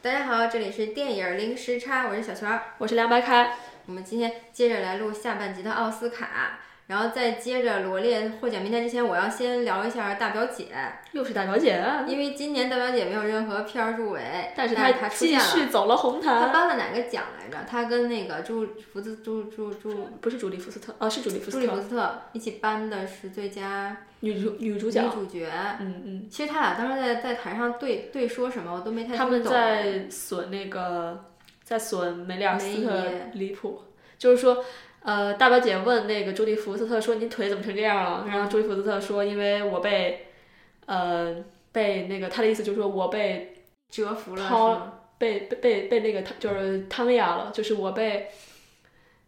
大家好，这里是电影零时差，我是小泉儿。我是凉白开。我们今天接着来录下半集的奥斯卡，然后再接着罗列获奖名单之前，我要先聊一下大表 姐，又是大表姐，啊因为今年大表姐没有任何片儿入围，但是是她她出继现了。续走了红她毯。颁了哪个奖来着？她跟那个朱福斯朱朱朱不是朱莉·福斯特，哦，是朱莉·福朱斯莉福特，斯特一起颁的是最佳女主女 主女角。主角。嗯嗯，其实他俩当时在在台上对对说什么，我都没太他听们懂。在损那个，在损梅丽尔·斯特梅离谱，就是说。呃，大表姐问那个朱莉·福斯特说：“你腿怎么成这样了？”然后朱莉·福斯特说：“因为我被，呃，被那个他的意思就是说我被折服了是掏吗，被被被被那个汤就是汤雅了，就是我被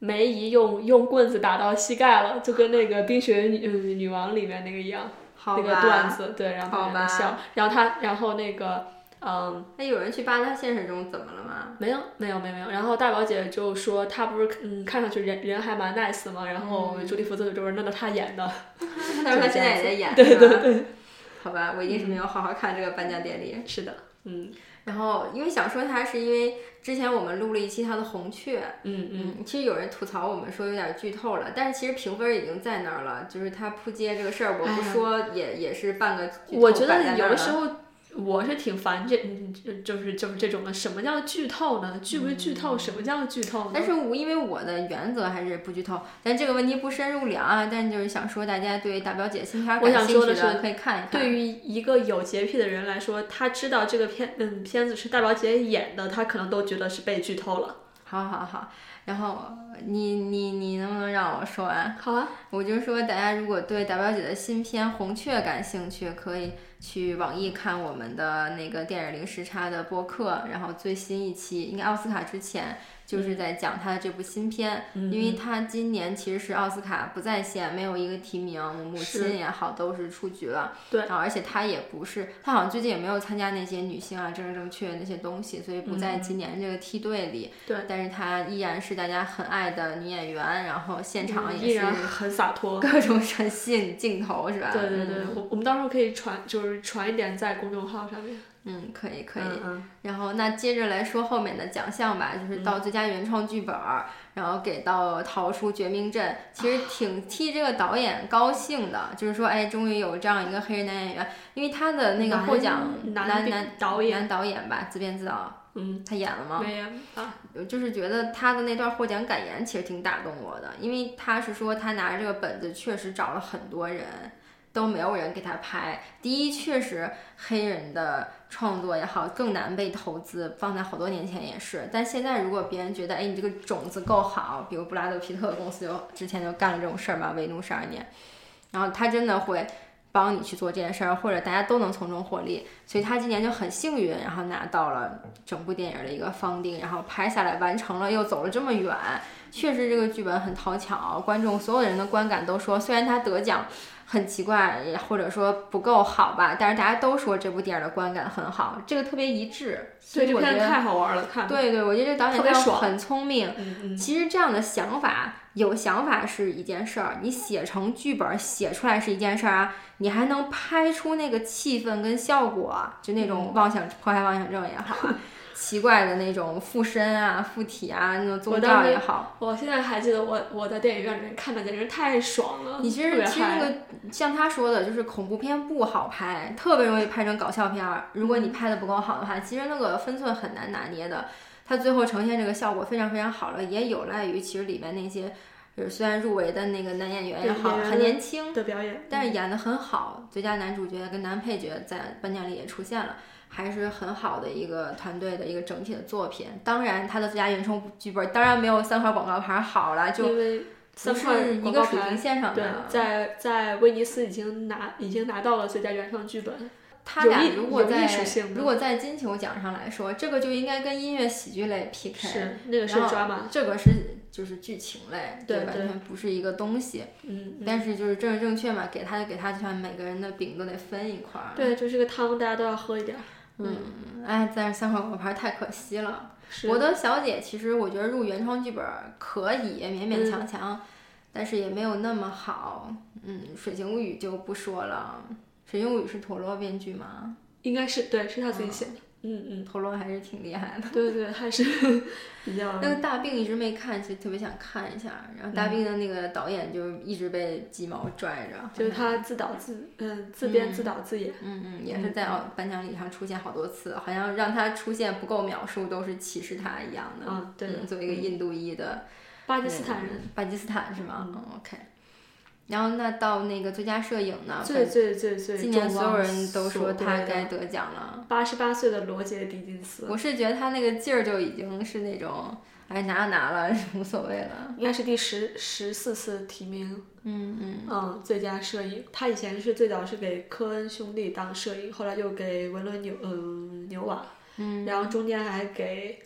梅姨用用棍子打到膝盖了，就跟那个《冰雪女、嗯女王》里面那个一样，好那吧？个段子，对，然后好在那吧笑，然后他，然后那个，嗯，那有人去扒他现实中怎么了吗？没有，没有，没有，没有。然后大表姐就说她不是，嗯，看上去人人还蛮 nice 嘛，然后嗯朱莉福斯特就说那都她演的， 他说他现在也在演，对是吧对对， 好吧，我一定是没有好好看这个颁奖典礼。是的，嗯然后因为想说他，是因为之前我们录了一期他的《红雀》，嗯嗯，嗯，其实有人吐槽我们说有点剧透了，但是其实评分已经在那儿了，就是他扑街这个事儿，我哎不呀说也、也是半个剧我透觉摆在得那有儿的了时候我是挺烦这，嗯就是就是这种的。什么叫剧透呢？剧归剧透，什么叫剧透呢？但是我因为我的原则还是不剧透，但这个问题不深入聊啊。但就是想说，大家对大表姐新片儿我感想兴说趣的的是可以看一看。对于一个有洁癖的人来说，他知道这个片嗯片子是大表姐演的，他可能都觉得是被剧透了。好好好。然后你你你能不能让我说完？好啊，我就说，大家如果对大表姐的新片《红雀》感兴趣，可以去网易看我们的那个电影零时差的播客，然后最新一期应该奥斯卡之前嗯就是在讲她的这部新片，因为她今年其实是奥斯卡不在线，没有一个提名，母亲是也好都是出局了，对啊，而且她也不是，她好像最近也没有参加那些女性啊政治正确那些东西，所以不在今年这个梯队里，嗯对但是她依然是大家很爱的女演员，然后现场嗯依也是然很洒脱。各种神吸引镜头是吧？对对对嗯，我我们到时候可以传，就是传一点在公众号上面。嗯，可以可以。嗯嗯然后那接着来说后面的奖项吧，就是到最佳原创剧本儿，然后给到《逃出绝命镇》，其啊实挺替这个导演高兴的，就是说，哎，终于有这样一个黑人男演员，因为他的呃那个男获奖男男编导演男导演吧，自编自导，嗯，他演了吗？没有啊，我就是觉得他的那段获奖感言其实挺打动我的，因为他是说他拿着这个本子确实找了很多人，都没有人给他拍。第一，确实黑人的创作也好更难被投资，放在好多年前也是。但现在如果别人觉得，哎，你这个种子够好，比如布拉德皮特公司就之前就干了这种事儿嘛，《围怒十二年》，然后他真的会。帮你去做这件事儿，或者大家都能从中获利，所以他今年就很幸运，然后拿到了整部电影的一个方定，然后拍下来完成了，又走了这么远，确实这个剧本很讨巧，观众所有人的观感都说，虽然他得奖很奇怪，也或者说不够好吧，但是大家都说这部电影的观感很好，这个特别一致，所对，以这我觉片得，太好玩了，看。对对，我觉得这导演特别他爽很聪明。嗯嗯。其实这样的想法，有想法是一件事儿，你写成剧本写出来是一件事儿啊，你还能拍出那个气氛跟效果啊，就那嗯种妄想迫害妄想症也好啊， 奇怪的那种附身啊、附体啊、那种宗我当教时也好。我现在还记得我我在电影院里面看的，简直太爽了。你其特实别其实那嗨个像他说的，就是恐怖片不好拍，特别容易拍成搞笑片儿。如果嗯你拍的不够好的话，其实那个分寸很难拿捏的。它最后呈现这个效果非常非常好了，也有赖于其实里面那些，就是虽然入围的那个男演员也对好，演员很年轻，的表演，但是演得很好，最佳男主角跟男配角在颁奖礼也出现了，还是很好的一个团队的一个整体的作品。当然，他的最佳原创剧本当然没有三块广告牌好了，就因为不三块是一广个告水平牌，线上对的，。在在威尼斯已经拿已经拿到了最佳原创剧本，他有俩艺如果有艺在术性的如果在金球奖上来说，这个就应该跟音乐喜剧类 PK，是那个是然后 drama，这个是就是剧情类，对完对全不是一个东西。嗯，嗯但是就是政治正确嘛，给他就给他，就像每个人的饼都得分一块儿。对，就是个汤，大家都要喝一点儿。嗯，哎，但是三块广告牌太可惜了。是我的小姐其实我觉得入原创剧本儿可以，勉勉嗯强强，但是也没有那么好。嗯，《水形物语》就不说了，《水形物语》是陀螺编剧吗？哦应该是对，是他自己写的，嗯嗯，头罗还是挺厉 害的。对对，还是比较那个大病一直没看，其实特别想看一下。然后大病的那个导演就一直被鸡毛拽着，就是他自导自嗯自编自导自演，嗯嗯，也是在奥颁奖礼上出现好多次，好像让他出现不够描述都是歧视他一样的。啊对的嗯，作为一个印度裔的巴基斯坦人人，巴基斯坦是吗？嗯，OK。然后那到那个最佳摄影呢？最最最最今年众所有望人都所说他归该的得奖了。八十八岁的罗杰·狄金斯，我是觉得他那个劲儿就已经是那种，哎，拿就拿了，无所谓了。应该是第十十四次提名，嗯嗯，嗯，最佳摄影。他以前是最早是给科恩兄弟当摄影，后来又给文伦纽嗯、纽瓦，嗯，然后中间还给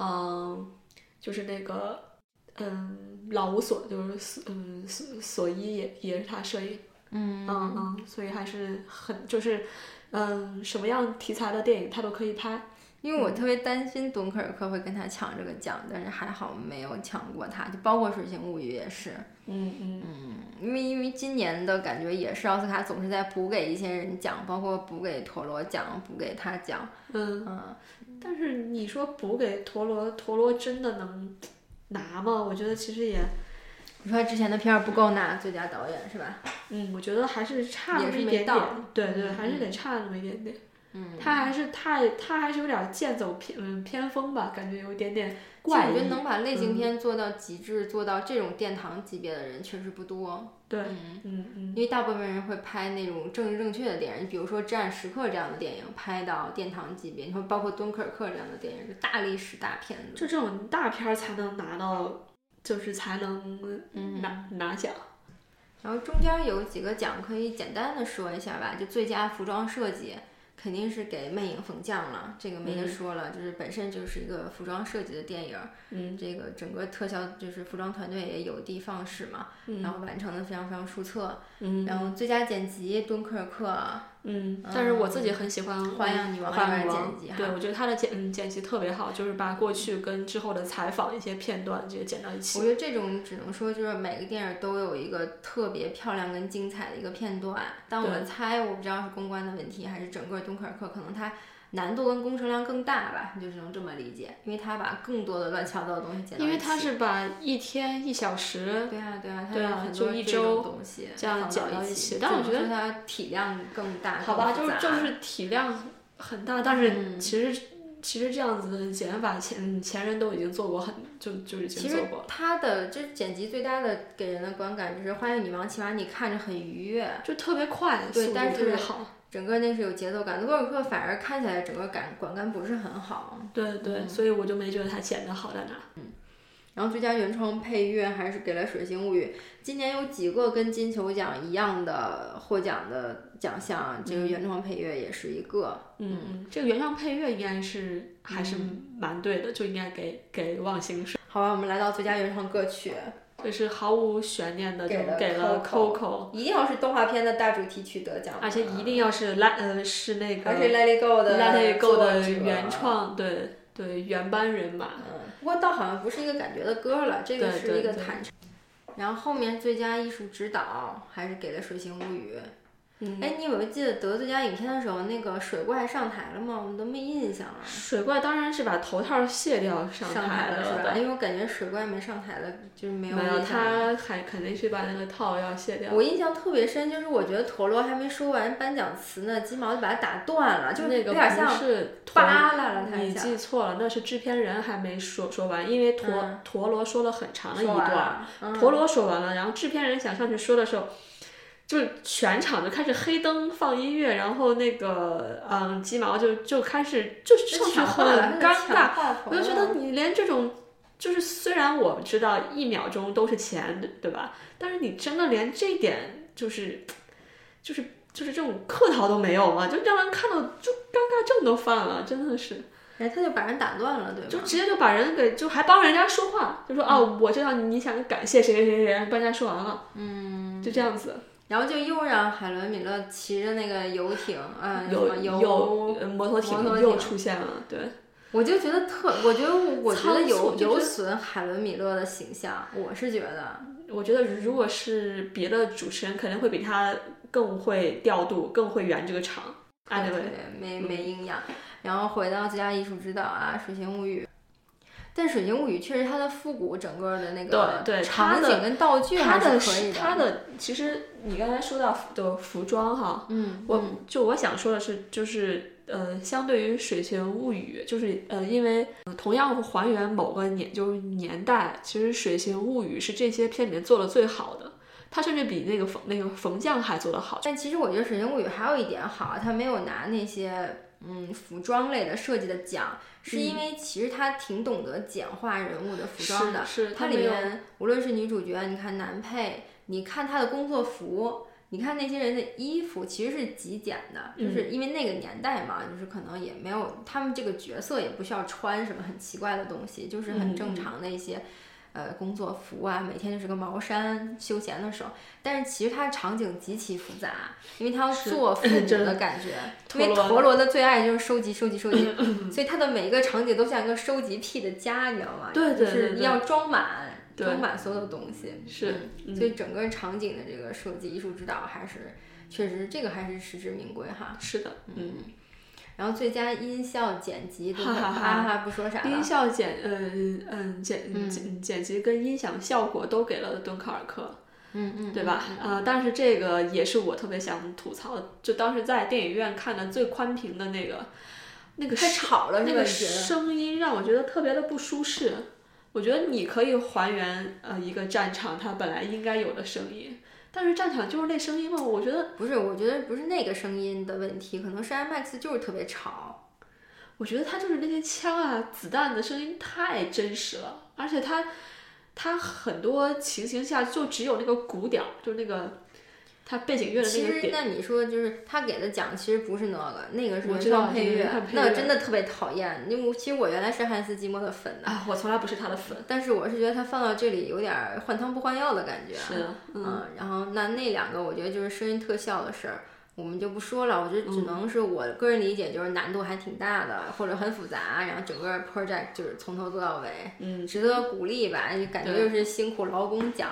嗯、就是那个嗯老无所就是索嗯索索伊也也是他摄影，嗯嗯所以还是很就是嗯什么样题材的电影他都可以拍，因为嗯我特别担心敦刻尔克会跟他抢这个奖，但是还好没有抢过他，就包括《水形物语》也是，嗯嗯因为因为今年的感觉也是奥斯卡总是在补给一些人奖，包括补给陀螺奖，补给他奖，嗯。嗯，但是你说补给陀螺，陀螺真的能拿吗？我觉得其实也，你说他之前的片儿不够拿最佳导演是吧？嗯，我觉得还是差也那么是一没点点到。对对，嗯还是得差那么一点点。嗯，他还是太，他还是有点剑走偏嗯偏锋吧，感觉有一点点其实我怪觉得异。嗯能把类型片做到极致，做到这种殿堂级别的人确实不多。对，嗯嗯嗯因为大部分人会拍那种政治正确的电影，比如说《至暗时刻》这样的电影，拍到殿堂级别，你说包括《敦刻尔克》这样的电影，就大历史大片子。就这种大片儿才能拿到，就是才能嗯拿拿奖。然后中间有几个奖可以简单的说一下吧，就最佳服装设计肯定是给《魅影逢将》了，这个没得说了，就是本身就是一个服装设计的电影，嗯这个整个特效就是服装团队也有的放矢嘛，然嗯后完成的非常非常出色。嗯然后最佳剪辑《敦刻尔克》嗯，但是我自己很喜欢花样女王花里样面女的王剪辑哈对我觉得她的剪嗯剪辑特别好，就是把过去跟之后的采访一些片段直接剪到一我起。觉得这种只能说就是每个电影都有一个特别漂亮跟精彩的一个片段，但我对猜我不知道是公关的问题还是整个敦刻尔克可能它难度跟工程量更大吧，你就只能这么理解，因为它把更多的乱七八糟的东西剪到因一起。为她是把一天一小时，对啊对啊，它对啊有很就多一这周种东西这样放剪到到一起起，但我只觉能说它体量更大，好吧，更就复是就杂嗯是体量很大，但是其实、其实这样子的剪法前前人都已经做过很就就已其经实做过了，它的就是剪辑最大的给人的观感就是《花样女王》，起码你看着很愉悦，就特别快，对速度但特别是好。整个那是有节奏感的，洛尔克反而看起来整个感管感不是很好。对对，嗯所以我就没觉得她剪的好在哪儿。然后最佳原创配乐还是给了《水星物语》。今年有几个跟金球奖一样的获奖的奖项啊，这个原创配乐也是一个。嗯，嗯，这个原唱配乐应该是还是嗯蛮对的，就应该给给忘形水，好吧，我们来到最佳原创歌曲，就是毫无悬念的就嗯给了给了 Coco Coco，一定要是动画片的大主题曲得奖的，而且一定要是拉呃是那个而且《Let It Go》的 Let It Go 作的者原。创，对对原班人马，嗯，不过倒好像不是一个感觉的歌了，这个对是一对个对坦诚。然后后面最佳艺术指导还是给了《水形物语》。嗯，哎，你有没有记得得最佳影片的时候，那个水怪上台了吗？我们都没印象了。水怪当然是把头套卸掉上台了了是吧？的，因为我感觉水怪没上台了，就是没没有印象。他还肯定是把那个套要卸掉，我印象特别深，就是我觉得陀螺还没说完颁奖词呢，金毛就把它打断了，就是那有个点不像是团扒拉了他一你下。记错了，那是制片人还没说说完，因为陀、嗯陀螺说了很长的一说完段，了，嗯陀螺说完了，然后制片人想上去说的时候，就是全场就开始黑灯放音乐，然后那个嗯鸡毛就就开始就这上去抢话了很尴尬，，我我就觉得你连这种就是虽然我知道一秒钟都是钱，对对吧？但是你真的连这一点就是就是就是这种客套都没有吗？就让人看到就尴尬症都犯了，真的是。哎，他就把人打断了，对吧？嗯就直接就把人给就还帮人家说话，就说啊，我知道你想感谢谁谁谁谁，然后帮人家说完了，嗯，就这样子，然后就又让海伦米勒骑着那个游艇，嗯，什有么有呃摩托艇摩托艇又出现了，对，我就觉得特，我觉得我觉得仓有促就是有损海伦米勒的形象，我是觉得，我觉得如果是别的主持人，肯定会比他更会调度，更会圆这个场，啊对对对对，没没营养。然后回到《最佳艺术指导》啊，《水形物语》，但《水形物语》确实它的复古整个的那个对对它场的景跟道具它还的可以它的其实你刚才说到的服装哈，嗯，我就我想说的是，就是呃，相对于《水形物语》，就是呃，因为、呃同样还原某个年就是年代，其实《水形物语》是这些片里面做的最好的，它甚至比那个冯那个冯酱还做得好。但其实我觉得《水形物语》还有一点好，啊它没有拿那些嗯服装类的设计的奖，嗯是因为其实它挺懂得简化人物的服装的。是是它里没有面无论是女主角，你看男配，你看他的工作服，你看那些人的衣服，其实是极简的，嗯就是因为那个年代嘛，就是可能也没有他们这个角色也不需要穿什么很奇怪的东西，就是嗯很正常的一些。呃，工作服啊，每天就是个毛衫。休闲的时候，但是其实它场景极其复杂，因为它要是做复古真的 感觉。因为陀螺陀螺的最爱就是收集、收集、收 集，所以它的每一个场景都像一个收集癖的家，你知道吗？对对就是对你要装满，对装满所有的东西。是嗯，所以整个场景的这个设计艺术指导还是确实这个还是实至名归哈。是的，嗯，然后最佳音效剪辑， 对不对哈哈哈啊哈，不说啥音了。效剪嗯嗯剪剪剪辑跟音响效果都给了敦刻尔克。嗯嗯，对吧？啊、但是这个也是我特别想吐槽，就当时在电影院看的最宽屏的那个，那个太声吵了，那是吧？个你觉得？声音让我觉得特别的不舒适。我觉得你可以还原呃一个战场它本来应该有的声音，但是战场就是那声音嘛，我觉得不是，我觉得不是那个声音的问题，可能是 IMAX 就是特别吵。我觉得它就是那些枪啊、子弹的声音太真实了，而且它它很多情形下就只有那个鼓点儿，就是那个它背景乐的其那个实点。那你说就是他给的奖，其实不是那个，那个是我原知道创配就是乐原创配，那乐个真的特别讨厌。因为我其实我原来是汉斯季默的粉的，啊，我从来不是他的粉。但是我是觉得他放到这里有点儿换汤不换药的感觉。是的，嗯，嗯，然后那那两个我觉得就是声音特效的事儿，我们就不说了。我觉得只能是我个人理解，就是难度还挺大的，嗯或者很复杂，然后整个 project 就是从头做到尾，嗯，值得鼓励吧？就感觉对又是辛苦劳工奖。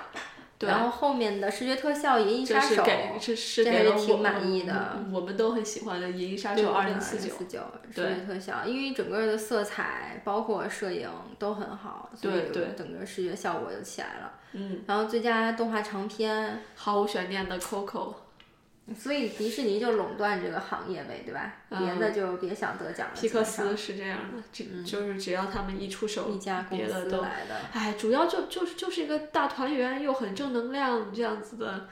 对然后后面的视觉特效《哦银翼这杀是手》给这是这给还是了挺我满意的嗯我们都很喜欢的《银翼杀手二二零四四九》。四九视对觉特效，因为整个的色彩包括摄影都很好，所以对就对整个视觉效果就起来了。嗯，然后最佳动画长片，毫无悬念的 Coco，所以迪士尼就垄断这个行业呗，对吧？嗯别的就别想得奖了。皮克基本斯是这样的，只就是只要他们一出手上，一家公别的司都，来的，哎，主要就就是就是一个大团圆又很正能量这样子的，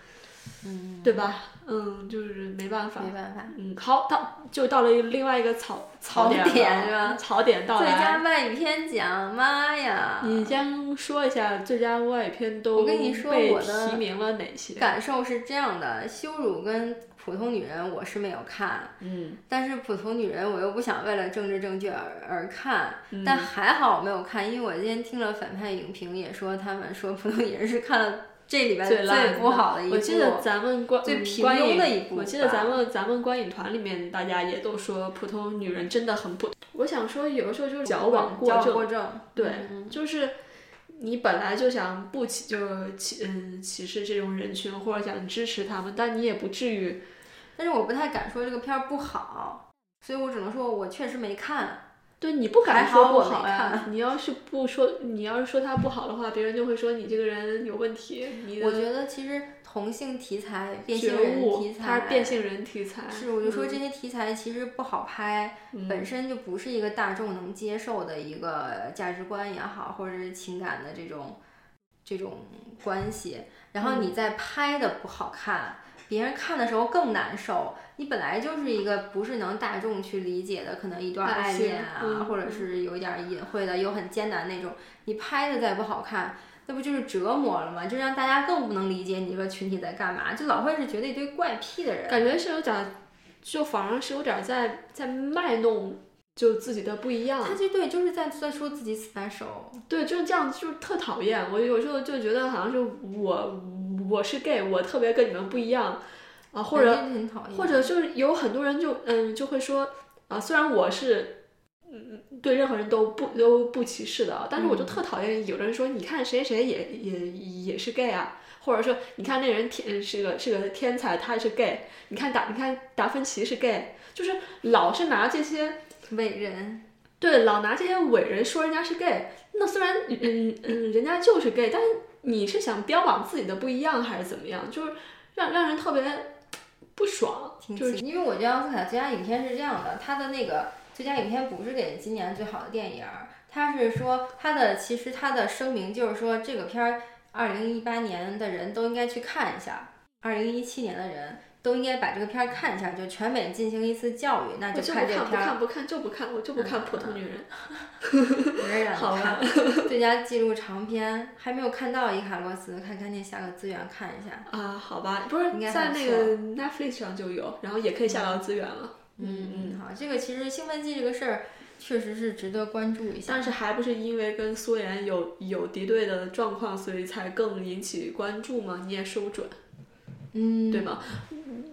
嗯，对吧？嗯，就是没办法。没办法。嗯，好，到就到了另外一个槽槽点点了嗯是吧槽点到最来，佳外语片奖，妈呀！你先说一下最佳外语片都我跟你说被我的提名了哪些？感受是这样的，羞辱跟普通女人我是没有看，嗯，但是普通女人我又不想为了政治正确而而看，嗯但还好我没有看，因为我今天听了反派影评也说他们说普通女人是看了这里边最烂的不好的一部，我记得咱们观最嗯平观庸影的一部我记得吧咱们咱们观影团里面大家也都说，普通女人真的很普通。我想说，有的时候就是矫枉过矫枉正，过正，嗯对，就是你本来就想不歧，就是歧嗯歧视这种人群，或者想支持他们，但你也不至于。但是我不太敢说这个片儿不好，所以我只能说我确实没看。对你不敢还说好不我没好呀看，你要是不说，你要是说他不好的话，别人就会说你这个人有问题，你我的觉得其实同性题材、变性觉人悟题，材，他是变性人题材，是我就说嗯这些题材其实不好拍，本身就不是一个大众能接受的一个价值观也好，或者是情感的这种这种关系。然后嗯你再拍的不好看，别人看的时候更难受。你本来就是一个不是能大众去理解的，可能一段爱爱情恋啊，嗯或者是有一点儿隐晦的，又很艰难那种。你拍的再不好看，那不就是折磨了吗？就让大家更不能理解你这个群体在干嘛，就老会是觉得一堆怪癖的人。感觉是有点儿，就反而是有点儿在在卖弄，就自己的不一样他。就对，就是在在说自己 special，对，就是这样，就是特讨厌。我有时候就觉得好像是我我是 gay，我特别跟你们不一样啊，或者感觉很讨厌，或者就是有很多人就嗯就会说啊，虽然我是嗯对任何人都不都不歧视的啊，但是我就特讨厌有的人说，你看谁谁也也也是 gay 啊，或者说你看那人天是个是个天才，他是 gay，你看达你看达芬奇是 gay，就是老是拿这些伟人，对老拿这些伟人说人家是 gay，那虽然嗯嗯人家就是 gay，但是你是想标榜自己的不一样还是怎么样？就是让让人特别不爽，挺就是奇因为我觉得奥斯卡最佳影片是这样的，它的那个最佳影片不是给今年最好的电影儿，它是说它的其实它的声明就是说这个片儿二零一八年的人都应该去看一下，二零一七年的人都应该把这个片儿看一下，就全美进行一次教育，那我就不看这看不片儿，嗯看不看就不看，我就不看普通女人。我是 懒好得吧看。最佳纪录长片还没有看到伊卡洛斯，看看那下个资源看一下。啊，好吧，不是应该在还那不错个 Netflix 上就有，然后也可以下到资源了。嗯嗯，好，这个其实兴奋剂这个事儿确实是值得关注一下。但是还不是因为跟苏联有有敌对的状况，所以才更引起关注吗？你也说不准，嗯，对吗？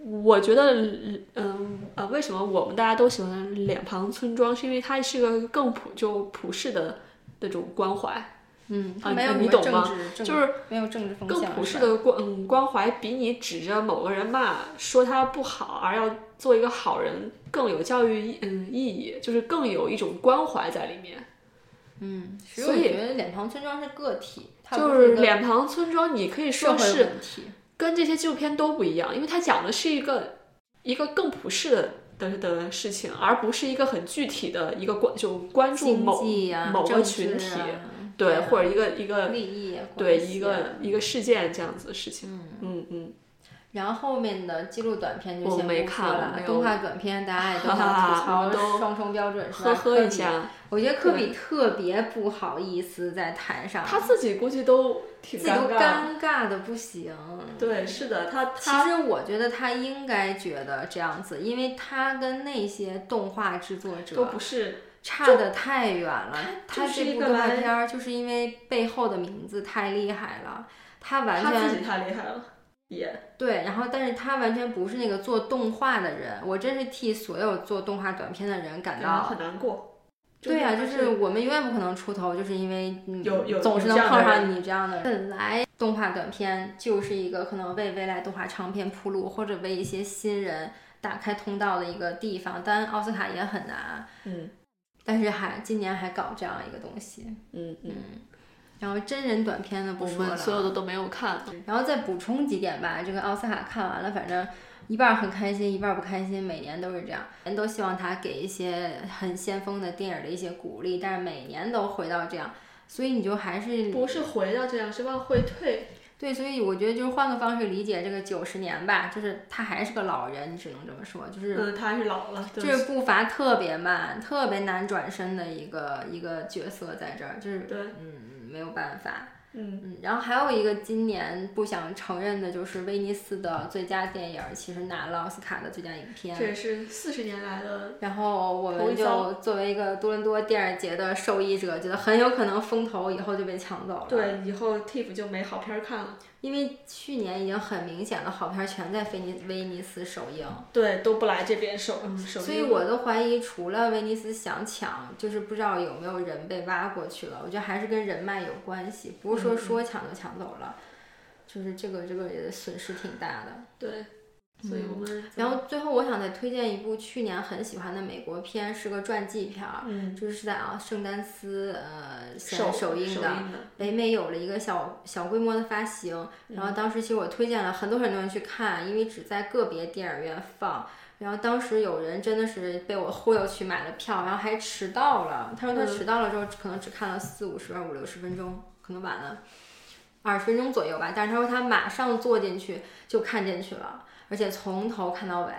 我觉得，嗯呃，为什么我们大家都喜欢《脸庞村庄》，是因为它是个更普就普世的那种关怀，嗯，啊它没有你什么懂政吗治，政就是没有政治风更向，普世吧的关嗯关怀，比你指着某个人骂说他不好，而要做一个好人更有教育意嗯意义，就是更有一种关怀在里面。嗯，其实所我以觉得脸庞村庄是个体，它就不是一《个脸庞村庄》，你可以社说会是问题。跟这些纪录片都不一样，因为它讲的是一个一个更普世的的的事情，而不是一个很具体的一个关就关注经某济啊，某个政群治体啊对、啊或者一个一个利益啊对关一系个啊一个事件这样子的事情。嗯嗯。然后后面的记录短片就我先没不看说我了没，有动画短片大家也都哈 想哈我吐都槽双重标准是吧？呵呵科一比，下，我觉得科比特别不好意思在台上，他自己估计都自挺己都尴尬。尴尬的不行。对，是的，他其他实我觉得他应该觉得这样子，因为他跟那些动画制作都者不是差的太远了。他他就是这一部个动画来片儿就是因为背后的名字太厉害了，他完他自全己太厉害了，也对，然后但是他完全不是那个做动画的人。我真是替所有做动画短片的人感然到。后很难过。对呀、呀、就就是是我们永远不可能出头，就是因为嗯有有总是有能这样的碰上人你这样的人。本来动画短片就是一个可能为未来动画长片铺路，或者为一些新人打开通道的一个地方，但奥斯卡也很难。嗯但是还今年还搞这样一个东西，嗯嗯，然后真人短片的不我说了啊们，所有的都没有看。然后再补充几点吧。这个奥斯卡看完了，反正一半儿很开心，一半儿不开心，每年都是这样。人都希望他给一些很先锋的电影的一些鼓励，但是每年都回到这样，所以你就还是不是回到这样，是往回退。对，所以我觉得就是换个方式理解这个九十年吧，就是他还是个老人，你只能这么说，就是。嗯，他还是老了，就对是步伐特别慢、特别难转身的一个一个角色在这儿，就是对，嗯没有办法。嗯，嗯，然后还有一个今年不想承认的就是威尼斯的最佳电影，其实拿了奥斯卡的最佳影这片。也是四十年来的。然后我头们一遭就作为一个多伦多电影节的受益者，觉得很有可能风头以后就被抢走了。，对，以后 TIFF 就没好片儿看了，因为去年已经很明显了，好片全在菲尼威尼斯首映，对，都不来这边首，嗯，首所以映我都怀疑除了威尼斯想抢，就是不知道有没有人被挖过去了。我觉得还是跟人脉有关系，不是说嗯说抢就抢走了，就是这个这个也损失挺大的。对，嗯所以我们然后最后我想再推荐一部去年很喜欢的美国片，是个传记片儿，嗯，就是在啊圣丹斯呃首先首映的。的，北美有了一个小小规模的发行，然后当时其实我推荐了很多很多人去看，因为只在个别电影院放。然后当时有人真的是被我忽悠去买了票，然后还迟到了。他说他嗯迟到了之后，可能只看了四五十、五六十分钟，可能晚了二十分钟左右吧。但是他说他马上坐进去就看进去了，而且从头看到尾。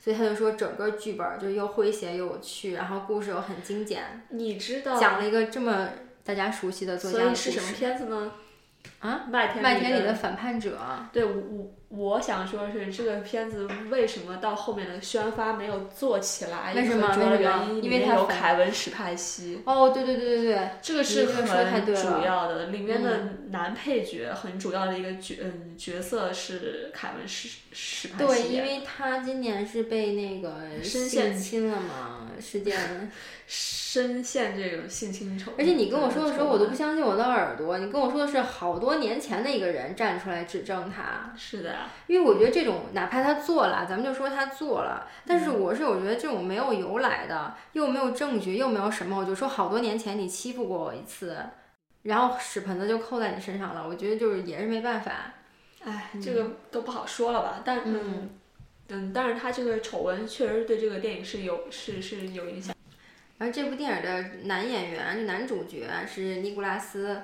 所以他就说整个剧本就又诙谐又有趣，然后故事又很精简，你知道，讲了一个这么大家熟悉的作家所的故以事。是什么片子呢？啊，麦田麦田里里的反叛者，对我我我想说是这个片子为什么到后面的宣发没有做起来？为什么一个主要为什么原因里因为面它有反凯文史派西，哦，对对对对对，这个是你这个说得太很对啊嗯主了要的。里面的男配角很主要的一个角嗯角色是凯文史史派对，西因演的，为他今年是被那个性深陷侵了嘛，事件。深陷这种性侵丑。而且你跟我说的时候，我都丑不相信我的耳朵。你跟我说的是好多年前的一个人站出来指证他，闻啊是的呀，因为我觉得这种哪怕他做了，咱们就说他做了，但是我是我觉得这种没有由来的，又没有证据，又没有什么，我就说好多年前你欺负过我一次，然后屎盆子就扣在你身上了。我觉得就是也是没办法。哎，这个都不好说了吧？但嗯嗯，但是他这个丑闻确实对这个电影是有是是有影响。然后这部电影的男演员、就男主角是尼古拉斯·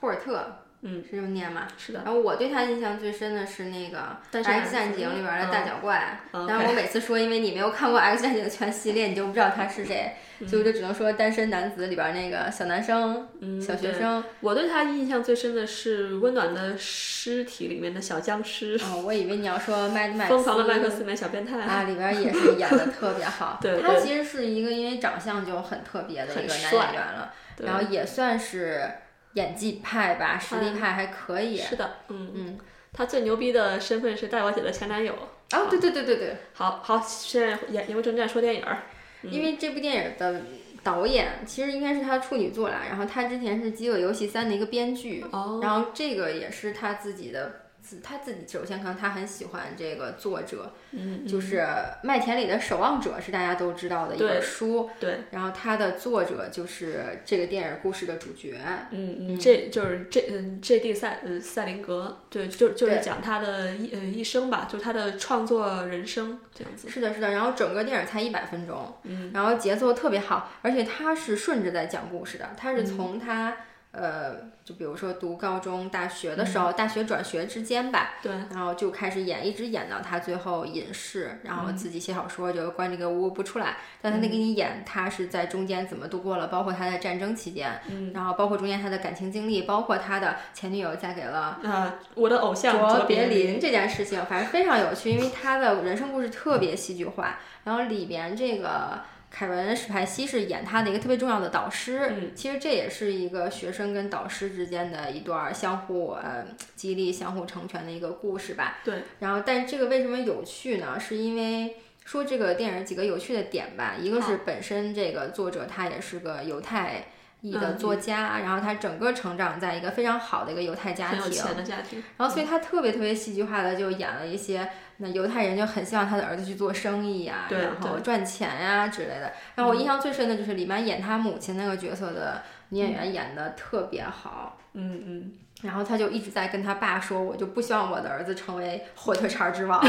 霍尔特，嗯，是这么念吗？是的，然后我对他印象最深的是那个但《是 X 战警》里边的大脚怪。嗯但是我每次说，因为你没有看过《X 战警》全系列，你就不知道他是谁，所以我就只能说《单身男子》里边那个小男生、嗯，小学对生。我对他印象最深的是《温暖的尸体》里面的小僵尸，哦，我以为你要说麦麦疯狂的麦克斯美小变态， 。啊，里边也是演的特别好对他对其实是一个因为长相就很特别的一个很男帅演员了，对然后也算是演技派吧，实力派还可以。嗯是的，嗯嗯，他最牛逼的身份是大表姐的前男友。哦，对对对对对，好好，现在言言归正传，说电影儿。因为这部电影的导演其实应该是他处女作啦，然后他之前是《饥饿游戏三》的一个编剧，哦然后这个也是他自己的。自他自己首先可能他很喜欢这个作者，嗯，就是《麦田里的守望者》是大家都知道的一对本书，对，然后它的作者就是这个电影故事的主角，嗯嗯，这就是这嗯 J.D. 塞嗯塞林格，对，就就是讲他的一呃一生吧，就是他的创作人生这样子。是的，是的，然后整个电影才一百分钟，嗯，然后节奏特别好，而且他是顺着在讲故事的，他嗯是从他、呃，就比如说读高中、大学的时候，大学转学之间吧，嗯对，然后就开始演，一直演到他最后隐世，然嗯后自己写小说，就关这个屋不出来。但他那给你演，他是在中间怎么度过了，包括他在战争期间，嗯，然后包括中间他的感情经历，包括他的前女友嫁给了。啊，我的偶像卓卓别林林，这件事情，反正非常有趣，因为他的人生故事特别戏剧化。然后里边这个凯文史派西是演他的一个特别重要的导师，嗯其实这也是一个学生跟导师之间的一段相互呃激励、相互成全的一个故事吧。对，然后，但这个为什么有趣呢？是因为。说这个电影几个有趣的点吧，一个是本身这个作者他也是个犹太裔的嗯作家，然后他整个成长在一个非常好的一个犹太家很有庭，钱的家庭。然后所以他特别特别戏剧化的就演了一些，那犹太人就很希望他的儿子去做生意呀、对嗯然后赚钱呀、之类的。然后我印象最深的就是里面演他母亲那个角色的女演员演的特别好。嗯嗯，然后他就一直在跟他爸说，我就不希望我的儿子成为火腿肠之王，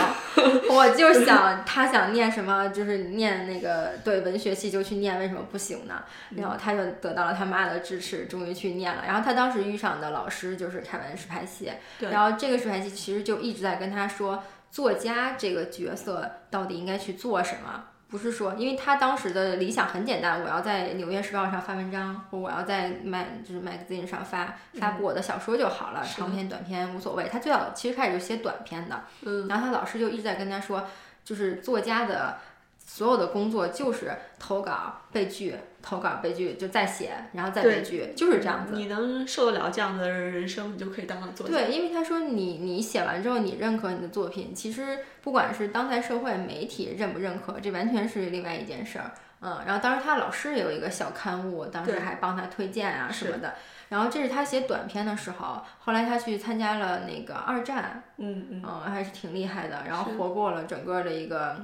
我就想他想念什么，就是念那个对文学系就去念，为什么不行呢？然嗯后他就得到了他妈的支持，终于去念了。然后他当时遇上的老师就是凯文史派西，对然后这个史派西其实就一直在跟他说，作家这个角色到底应该去做什么。不是说，因为他当时的理想很简单，我要在《纽约时报》上发文章，或我要在 mag 就是 magazine 上发发布我的小说就好了，嗯是的长篇短篇无所谓。他最早其实开始就写短篇的，嗯，然后他老师就一直在跟他说，就是作家的所有的工作就是投稿、被拒、投稿、被拒，就再写，然后再被对拒，就是这样子。嗯你能受得了这样的人生，你就可以当上作家。对，因为他说你你写完之后，你认可你的作品，其实不管是当代社会媒体认不认可，这完全是另外一件事儿。嗯，然后当时他老师也有一个小刊物，当时对还帮他推荐啊什是么的。然后这是他写短篇的时候，后来他去参加了那个二战，嗯嗯，嗯，还是挺厉害的，然后是活过了整个的一个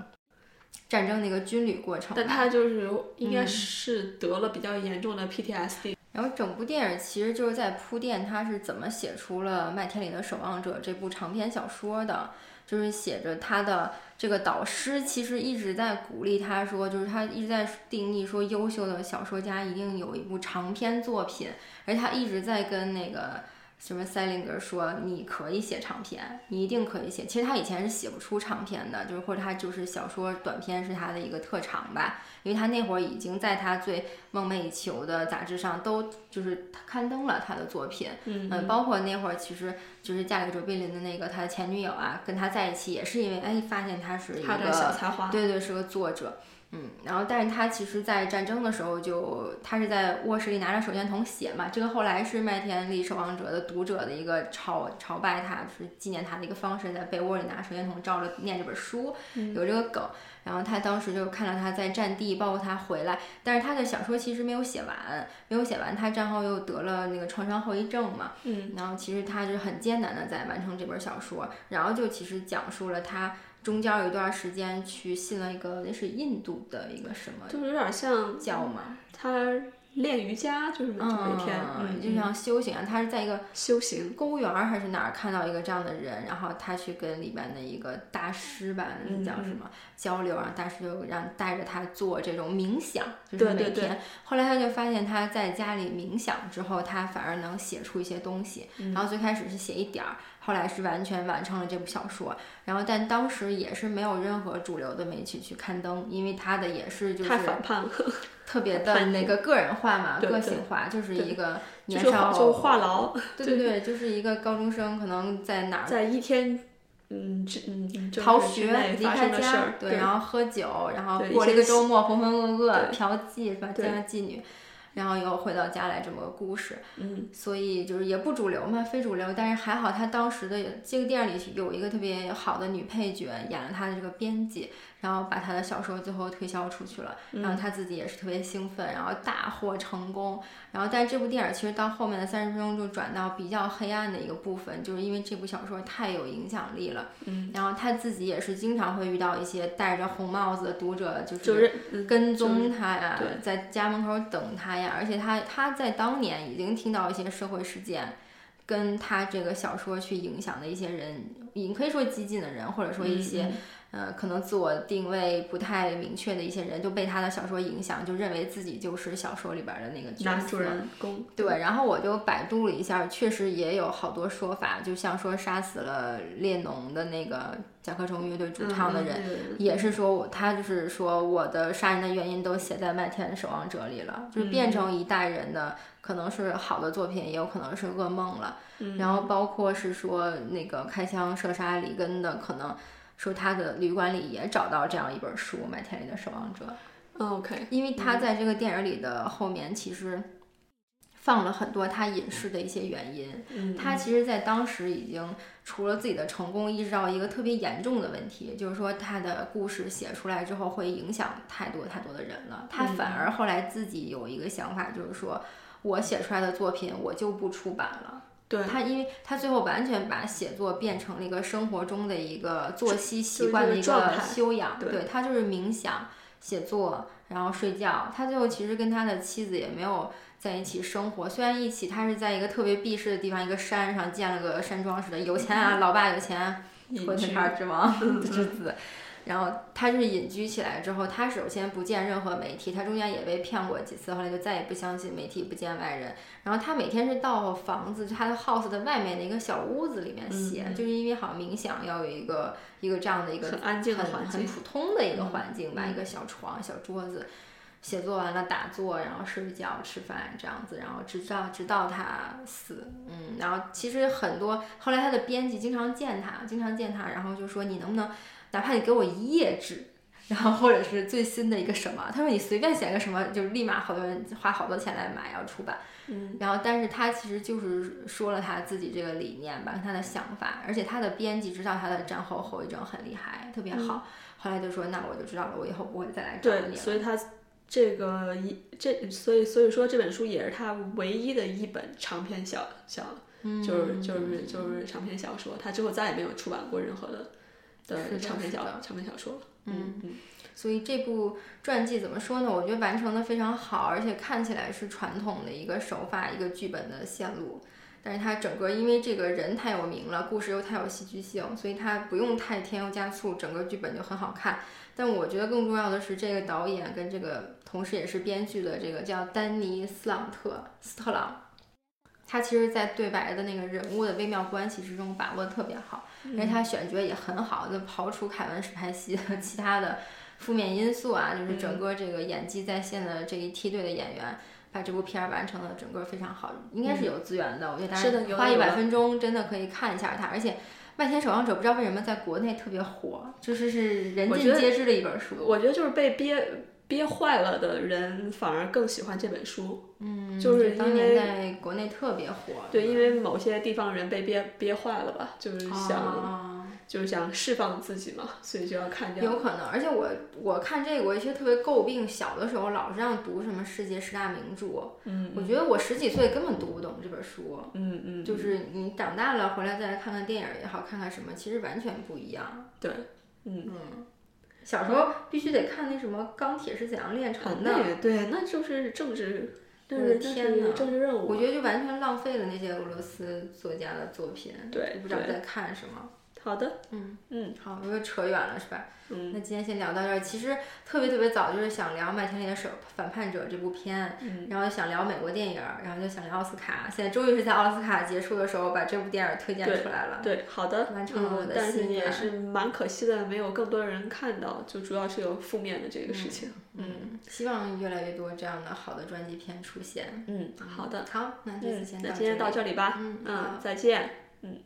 战争的一个军旅过程吧。啊但他就是应该嗯是得了比较严重的 PTSD。然后整部电影其实就是在铺垫他是怎么写出了《麦田里的守望者》这部长篇小说的，就是写着他的这个导师其实一直在鼓励他说，就是他一直在定义说，优秀的小说家一定有一部长篇作品，而他一直在跟那个。什么塞林格说你可以写长篇，你一定可以写。其实他以前是写不出长篇的，就是或者他就是小说短篇是他的一个特长吧，因为他那会儿已经在他最梦寐以求的杂志上都就是刊登了他的作品，嗯嗯，包括那会儿其实就是嫁给卓别林的那个他的前女友啊，跟他在一起也是因为哎发现他是一他的小个才华，对对是个作者。嗯，然后但是他其实，在战争的时候就他是在卧室里拿着手电筒写嘛，这个后来是麦田里守望者的读者的一个朝朝拜他，就是纪念他的一个方式，在被窝里拿手电筒照着念这本书，嗯有这个梗。然后他当时就看到他在战地，包括他回来，但是他的小说其实没有写完，没有写完，他战后又得了那个创伤后遗症嘛，嗯然后其实他是很艰难的在完成这本小说，然后就其实讲述了他中间有一段时间去信了一个那是印度的一个什么就是有点像教嘛，他练瑜伽，就是每每天，嗯，嗯，就像修行啊，他是在一个修行，公园儿还是哪儿看到一个这样的人，然后他去跟里边的一个大师吧，那嗯叫什嗯么、交流，然后大师就让带着他做这种冥想，就对是每对天。对后来他就发现他在家里冥想之后，他反而能写出一些东西。嗯然后最开始是写一点儿，后来是完全完成了这部小说。然后但当时也是没有任何主流的媒体去刊登，因为他的也是就是太反叛 了，特别的叛逆那个个人化嘛，对个对性化，就是对一个就年是少话就话痨，对对对，就是一个高中生可能在哪儿在一天，嗯，之嗯，就逃是之学内离发开生的事家儿，，对，然后喝酒，然后对一过了一些个周末浑浑噩噩，对嫖妓是吧？对见了妓女，然后又回到家来这么个故事。嗯，所以就是也不主流嘛，非主流，但是还好他当时的这个电影里有一个特别好的女配角演了他的这个编辑，然后把他的小说最后推销出去了，然后他自己也是特别兴奋，然后大获成功。然后但这部电影其实到后面的三十分钟就转到比较黑暗的一个部分，就是因为这部小说太有影响力了，嗯，然后他自己也是经常会遇到一些戴着红帽子的读者，就是就认嗯跟踪他呀对，在家门口等他呀，而且他他在当年已经听到一些社会事件，跟他这个小说去影响的一些人，你可以说激进的人，或者说一嗯些、呃可能自我定位不太明确的一些人，就被他的小说影响，就认为自己就是小说里边的那个角色。男主人公，对，然后我就百度了一下，确实也有好多说法，就像说杀死了列侬的那个甲壳虫乐队嗯主唱的人，人，也是说我，他就是说我的杀人的原因都写在《麦田守望者》里了，就是变嗯成一代人的，可能是好的作品，也有可能是噩梦了。嗯然后包括是说那个开枪射杀里根的，可能说他的旅馆里也找到这样一本书《麦田里的守望者》，嗯，OK，因为他在这个电影里的后面其实放了很多他隐士的一些原因，嗯，他其实，在当时已经除了自己的成功，意识到一个特别严重的问题，就是说他的故事写出来之后会影响太多太多的人了。他反而后来自己有一个想法，就是说我写出来的作品我就不出版了。对他，因为他最后完全把写作变成了一个生活中的一个作息习就是惯这的个一状个态修养，对对他就是冥想、写作，然后睡觉。他最后其实跟他的妻子也没有在一起生活，虽然一起，他是在一个特别避世的地方，一个山上建了个山庄似的，有钱啊，老爸有钱，隐火腿居嗯肠儿之 王之子。然后他就是隐居起来之后，他首先不见任何媒体，他中间也被骗过几次，后来就再也不相信媒体，不见外人。然后他每天是到房子，就他的 house 的外面的一个小屋子里面写，嗯嗯就是因为好像冥想要有一个一个这样的一个很安静的环很境，普通的一个环境吧，嗯一个小床、小桌子，写作完了打坐，然后睡觉、吃饭这样子，然后直到直到他死，嗯，然后其实很多后来他的编辑经常见他，经常见他，然后就说你能不能哪怕你给我一页纸。然后或者是最新的一个什么，他说你随便写个什么，就是立马好多人花好多钱来买要出版。嗯，然后，但是他其实就是说了他自己这个理念吧，他的想法，而且他的编辑知道他的战后后遗症很厉害，特别好，后来就说那我就知道了，我以后不会再来找嗯对，你了。所以他这个一这，所以所以说这本书也是他唯一的一本长篇小小，嗯就是就是就是长篇小说，他之后再也没有出版过任何的是的的长篇是小的长篇小说了，嗯嗯所以这部传记怎么说呢？我觉得完成的非常好，而且看起来是传统的一个手法、一个剧本的线路。但是它整个因为这个人太有名了，故事又太有戏剧性，所以它不用太添油加醋，整个剧本就很好看。但我觉得更重要的是，这个导演跟这个同时也是编剧的这个叫丹尼斯朗特斯特朗，他其实，在对白的那个人物的微妙关系之中把握的特别好，嗯而且他选角也很好，就刨除凯文史派西的其他的负面因素啊，就是嗯整个这个演技在线的这一梯队的演员。把这部片儿完成了，整个非常好，应该是有资源的。我觉得大嗯是的家有花的一有百的分钟真的可以看一下它，而且《漫天守望者》不知道为什么在国内特别火，就是是人我尽觉得皆知的一本书。嗯我觉得就是被憋憋坏了的人反而更喜欢这本书。嗯，就是当因年为在国内特别火。对，因为某些地方人被憋憋坏了吧，就是想、啊，就是想释放自己嘛，所以就要看这样。有可能。而且我我看这个，我其实特别诟病，小的时候老是让读什么世界十大名著，嗯我觉得我十几岁根本读不懂这本书。嗯嗯，就是你长大了回来再来看看电影也好，看看什么，其实完全不一样。对，嗯，小时候必须得看那什么《钢铁是怎样炼成的啊嗯那》，也对，那就是政治，我政的治天政治呐政治任务我嘛。觉得就完全浪费了那些俄罗斯作家的作品，对就不知道对在看什么。好的，嗯嗯，好，又扯远了是吧？嗯那今天先聊到这儿。其实特别特别早就是想聊《麦田里的手反叛者》这部片，嗯，然后想聊美国电影，然后就想聊奥斯卡。现在终于是在奥斯卡结束的时候把这部电影推荐出来了。对，好的，完成了我嗯的但是心也愿是蛮可惜的，没有更多的人看到，就主要是有负面的这个事情。嗯，希望越来越多这样的好的专辑片出现。嗯，好的，好，那这次嗯先，那到今天这到里。这里吧，嗯好嗯，再见，嗯。